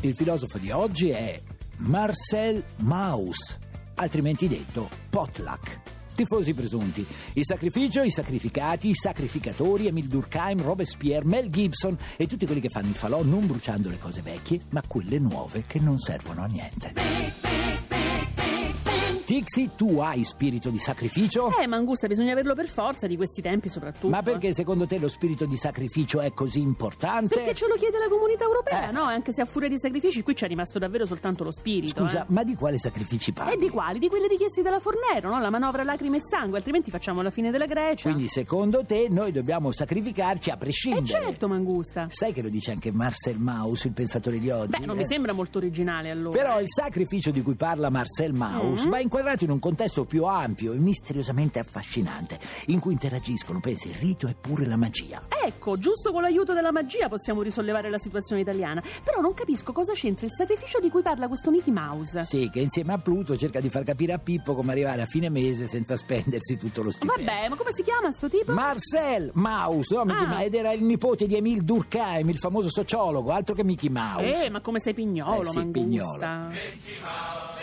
Il filosofo di oggi è Marcel Mauss, altrimenti detto Potluck. Tifosi presunti, il sacrificio, i sacrificati, i sacrificatori, Emil Durkheim, Robespierre, Mel Gibson e tutti quelli che fanno il falò non bruciando le cose vecchie, ma quelle nuove che non servono a niente. Tixi, tu hai spirito di sacrificio? Eh, Mangusta, bisogna averlo per forza di questi tempi soprattutto. Oh. eh. Ma perché secondo te lo spirito di sacrificio è così importante? Perché ce lo chiede la comunità europea, Eh. no? Anche se a furia di sacrifici qui c'è rimasto davvero soltanto lo spirito. Scusa, ma di quale sacrifici eh. parli? E di quali? Di quelli richiesti dalla Fornero, no? La manovra lacrime e sangue, altrimenti facciamo la fine della Grecia. Quindi secondo te noi dobbiamo sacrificarci a Eh prescindere? certo, Mangusta. Sai che lo dice anche Marcel Mauss, il pensatore di oggi? Beh, non eh? mi sembra molto originale allora. Però il sacrificio di cui parla Marcel Mauss Mm. va inquadrato in un contesto più ampio e misteriosamente affascinante, in cui interagiscono, pensi, il rito e pure la magia. Ecco, giusto con l'aiuto della magia possiamo risollevare la situazione italiana. Però non capisco cosa c'entra il sacrificio di cui parla questo Mickey Mouse. Sì, che insieme a Pluto cerca di far capire a Pippo come arrivare a fine mese senza spendersi tutto lo stipendio. Vabbè, ma come si chiama sto tipo? Marcel Mauss, no, Mickey Ah. Ma- ed era il nipote di Emile Durkheim, il famoso sociologo, altro che Mickey Mouse. Eh, ma come sei pignolo, Eh, sì, Mangusta. pignolo.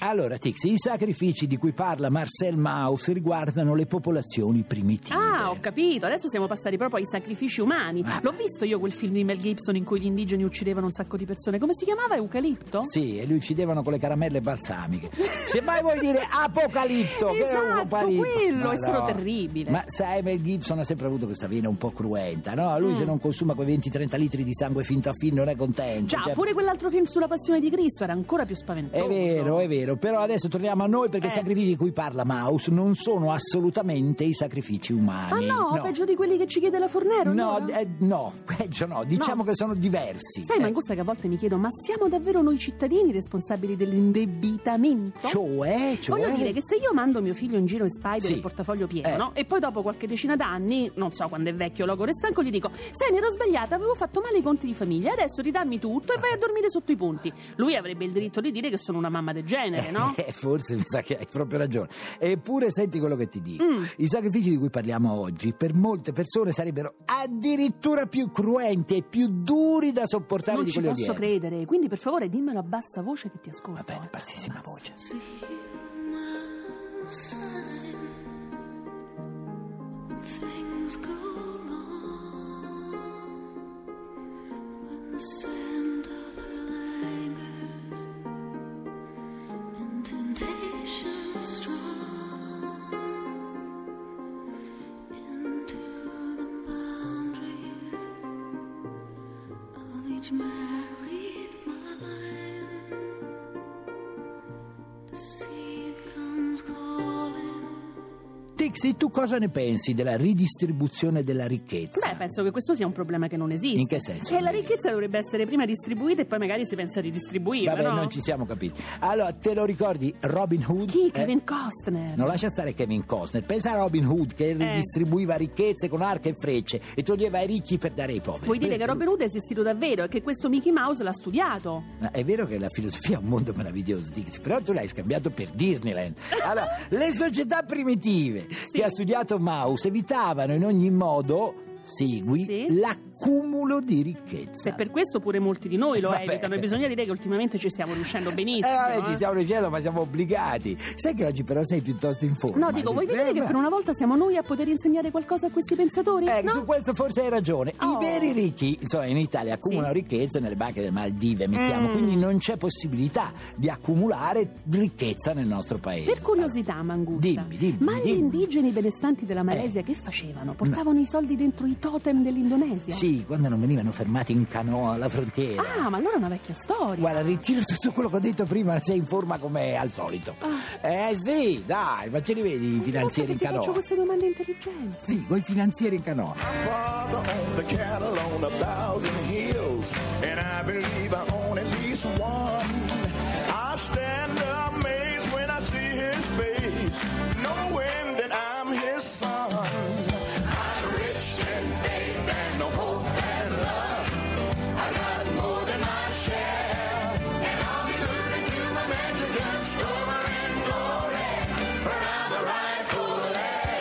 Allora, Tixi, i sacrifici di cui parla Marcel Mauss riguardano le popolazioni primitive. Ah, ho capito, adesso siamo passati proprio ai sacrifici umani. Ah. L'ho visto io quel film di Mel Gibson in cui gli indigeni uccidevano un sacco di persone. Come si chiamava? Eucalipto? Sì, e li uccidevano con le caramelle balsamiche. Se mai vuoi dire apocalipto, che è un Esatto, apocalipto. quello, è stato Madonna. terribile. Ma sai, Mel Gibson ha sempre avuto questa vena un po' cruenta, no? Mm. Lui se non consuma quei 20-30 litri di sangue finto a fin non è contento. Già, cioè- pure quell'altro film sulla passione di Cristo era ancora più È spaventoso. vero, eh. è vero, però adesso torniamo a noi perché Eh. i sacrifici di cui parla Maus non sono assolutamente i sacrifici Ah umani. no, peggio di quelli che ci chiede la Fornero. No, allora? eh, no, peggio no, diciamo che sono diversi. Sai, Eh, Mangusta, che a volte mi chiedo, ma siamo davvero noi cittadini responsabili dell'indebitamento? Cioè, cioè... Voglio dire che se io mando mio figlio in giro in Spider Sì. il portafoglio pieno, Eh. no? E poi dopo qualche decina d'anni, non so quando è vecchio, logoro e stanco, gli dico: Sai, mi ero sbagliata, avevo fatto male i conti di famiglia, adesso ridammi tutto e vai a dormire sotto i punti. Lui avrebbe il diritto di dire che sono una mamma del genere, no? Eh, forse mi sa che hai proprio ragione. Eppure senti quello che ti dico. Mm. I sacrifici di cui parliamo oggi per molte persone sarebbero addirittura più cruenti e più duri da sopportare Non di ci quelli posso odierni. credere, quindi per favore dimmelo a bassa voce che ti ascolto. Va bene, bassissima voce. Things go wrong when the scent of her lingers and temptation strong into the boundaries of each married mind. Deceit comes calling. Tixi, tu cosa ne pensi della ridistribuzione della ricchezza? Beh, penso che questo sia un problema che non esiste. In che senso? E la ricchezza dovrebbe essere prima distribuita e poi magari si pensa a ridistribuirla, Vabbè, no? non ci siamo capiti. Allora, te lo ricordi Robin Hood? Chi? Eh? Kevin Costner? Non lascia stare Kevin Costner. Pensa a Robin Hood Eh. che ridistribuiva ricchezze con arche e frecce e toglieva ai ricchi per dare ai poveri. Vuoi dire che Robin Hood è esistito davvero e che questo Mickey Mouse l'ha studiato? Ma È vero che la filosofia è un mondo meraviglioso, Dixie, però tu l'hai scambiato per Disneyland. Allora, le società primitive che ha studiato Maus evitavano in ogni modo segui Sì. l'accumulo di ricchezza. Eh, Se per questo pure molti di noi lo Esatto. Vabbè. evitano, e bisogna dire che ultimamente ci stiamo riuscendo benissimo. Eh, vabbè, eh. ci stiamo dicendo, ma siamo obbligati. Sai che oggi però sei piuttosto in forma. No, dico, vuoi Eh, vedere che ma- per una volta siamo noi a poter insegnare qualcosa a questi pensatori? Eh, no? su questo forse hai ragione. Oh. I veri ricchi, insomma, in Italia accumulano ricchezza nelle banche delle Maldive, mettiamo, Mm. quindi non c'è possibilità di accumulare ricchezza nel nostro paese. Per curiosità, Mangusta, Dimmi, dimmi, ma gli dimmi. Eh. indigeni benestanti della Malesia che facevano? Portavano i soldi dentro i totem dell'Indonesia? Ah, Sì, quando non venivano fermati in canoa alla frontiera. Ah, ma allora è una vecchia storia. Guarda, ritiro tutto quello che ho detto prima, sei in forma come al solito. Eh sì, dai, ma ce li vedi i Ogni finanzieri volta in che Ah. ti canoa? faccio queste domande intelligenti. Sì, con i finanzieri in canoa. father owned the cattle on a thousand hills, and I believe I own at least one. I stand amazed when I see his face, knowing that I'm his son. I'm rich in faith and hope and love. I got more than my share, and I'll be moving to my mansion just over in glory, for I'm a rightful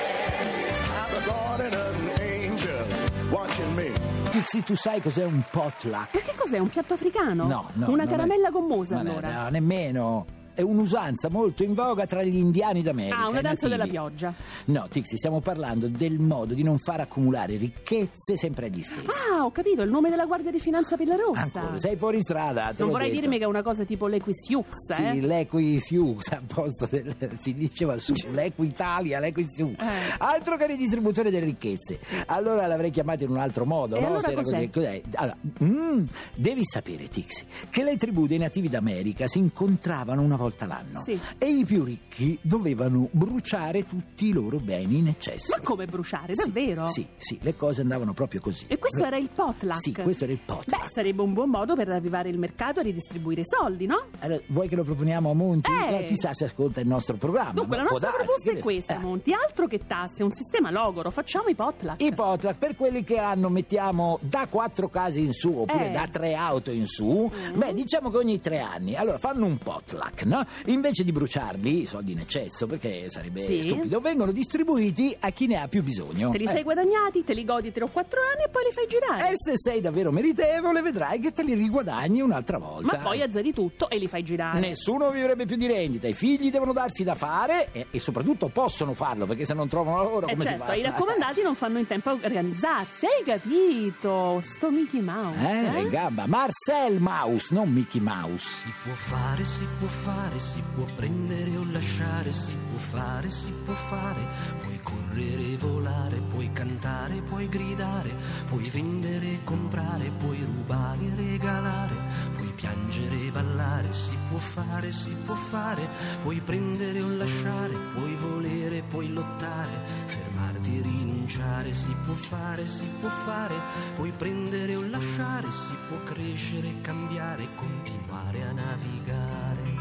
I'm regarded as an angel watching me. Tizi, tu sai cos'è un potluck? Ma che cos'è? Un piatto africano? No, no. Una non caramella è- gommosa, non è- allora. No, nemmeno. È un'usanza molto in voga tra gli indiani d'America. Ah, una i danza della nativi. pioggia. No, Tixi, stiamo parlando del modo di non far accumulare ricchezze sempre agli stessi. Ah, ho capito, il nome della Guardia di Finanza Pellarossa. Ancora, sei fuori strada. Ah, te Ah, Non l'ho vorrei detto. dirmi che è una cosa tipo l'equisiux, eh? Sì, l'equi si usa al posto del, si diceva su, l'equitalia, l'equi si usa. Eh. Altro che ridistributore delle ricchezze. Allora l'avrei chiamato in un altro modo, E no? allora Se era cos'è? così- Allora, mm, devi sapere, Tixi, che le tribù dei nativi d'America si incontravano una volta l'anno Sì. e i più ricchi dovevano bruciare tutti i loro beni in eccesso. Ma come bruciare, Sì, davvero? Sì, sì, le cose andavano proprio così. E questo era il potluck. Sì, questo era il potluck. Beh, sarebbe un buon modo per arrivare al mercato e ridistribuire i soldi, no? Allora, vuoi che lo proponiamo a Monti? Eh. chissà se ascolta il nostro programma. Dunque, la ma può nostra darsi, proposta che è ne- questa, eh. Monti. Altro che tasse, un sistema logoro, facciamo i potluck. I potluck per quelli che hanno, mettiamo da quattro case in su oppure Eh. Mm. da tre auto in su, beh, diciamo che ogni tre anni allora fanno un potluck, no? Invece di bruciarli, i soldi in eccesso perché sarebbe Sì. stupido, vengono distribuiti a chi ne ha più bisogno. Te li sei Eh. guadagnati, te li godi 3 o 4 anni e poi li fai girare. E se sei davvero meritevole, vedrai che te li riguadagni un'altra volta. Ma poi azzeri tutto e li fai girare. Nessuno vivrebbe più di rendita, i figli devono darsi da fare e, e soprattutto possono farlo perché se non trovano lavoro Eh come si certo, fa? i raccomandati non fanno in tempo a organizzarsi, hai capito? Sto Mickey Mouse. Eh, era in gamba. Marcel Mouse, non Mickey Mouse. Si può fare, si può fare, si può prendere o lasciare, si può fare, si può fare, puoi correre e volare, puoi cantare, puoi gridare, puoi vendere e comprare, puoi rubare e regalare, puoi piangere e ballare, si può fare, si può fare, puoi prendere o lasciare, puoi volere, puoi lottare, fermarti e rinunciare, si può fare, si può fare, puoi prendere o lasciare, si può crescere, cambiare, continuare a navigare.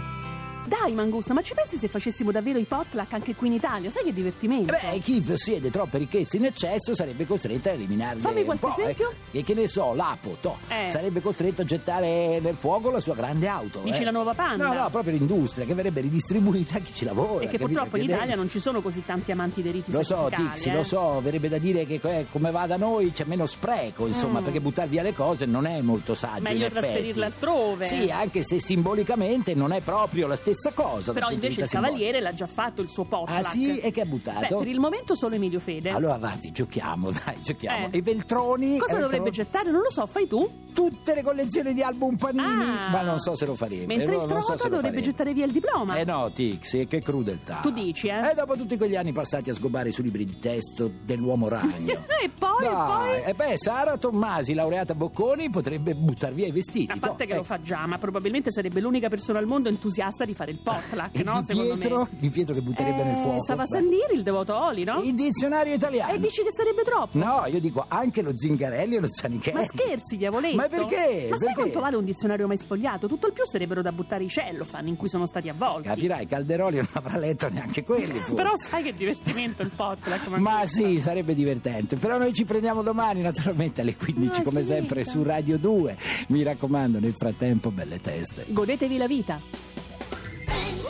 Dai, Mangusta, ma ci pensi se facessimo davvero i potluck anche qui in Italia? Sai che divertimento? Beh, chi possiede troppe ricchezze in eccesso sarebbe costretto a eliminarle. Fammi un qualche po', esempio. eh. E che ne so, l'apo, to. Eh. Sarebbe costretto a gettare nel fuoco la sua grande auto. Dici eh. la nuova Panda? No, no, proprio l'industria che verrebbe ridistribuita a chi ci lavora. e che capito? purtroppo in deve- Italia non ci sono così tanti amanti dei riti Lo so, sacrificali, Tixi, eh. lo so, verrebbe da dire che eh, come va da noi c'è meno spreco, insomma, perché buttare via le cose non è molto saggio. in Mm. Meglio effetti. trasferirle altrove. Sì, ah, anche se simbolicamente non è proprio la stessa cosa. dal Però punto di invece il vista simbolico. cavaliere l'ha già fatto il suo potluck. Ah sì? E che ha buttato? Beh, per il momento solo Emilio Fede. Allora avanti, giochiamo, dai, giochiamo. Eh. E Veltroni? Cosa Veltroni- dovrebbe gettare? Non lo so, fai tu. Tutte le collezioni di album Panini, Ah. ma non so se lo faremo. Mentre eh, il no, non so trota se lo dovrebbe faremo. gettare via il diploma. Eh no, Tixi, che crudeltà. Tu dici, eh? E dopo tutti quegli anni passati a sgobare sui libri di testo dell'uomo ragno. e poi, e Dai, poi... e beh, Sara Tommasi, laureata a Bocconi, potrebbe buttare via i vestiti. A parte no? che Eh, lo fa già, ma probabilmente sarebbe l'unica persona al mondo entusiasta di fare il potluck, E no? eh, di, Secondo Pietro, me. di Pietro che butterebbe nel Eh, fuoco. Sava Beh. Eh, Sandiri, il devoto Oli, no? Il dizionario italiano. E dici che sarebbe troppo? No, io dico anche lo Zingarelli e lo Zanichelli. Ma scherzi, diavoletto? Eh. Ma perché? Ma sai Perché? quanto vale un dizionario mai sfogliato? Tutto il più sarebbero da buttare i cellofan in cui sono stati avvolti. Capirai, Calderoli non avrà letto neanche quelli. forse. Però sai che divertimento il potluck. Ma sì, sarebbe divertente. Però noi ci prendiamo domani, naturalmente, alle 15, No, è come finita. sempre, su Radio 2. Mi raccomando, nel frattempo, belle teste. Godetevi la vita. Bang,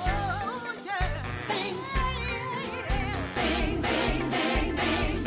bang, bang, bang, bang.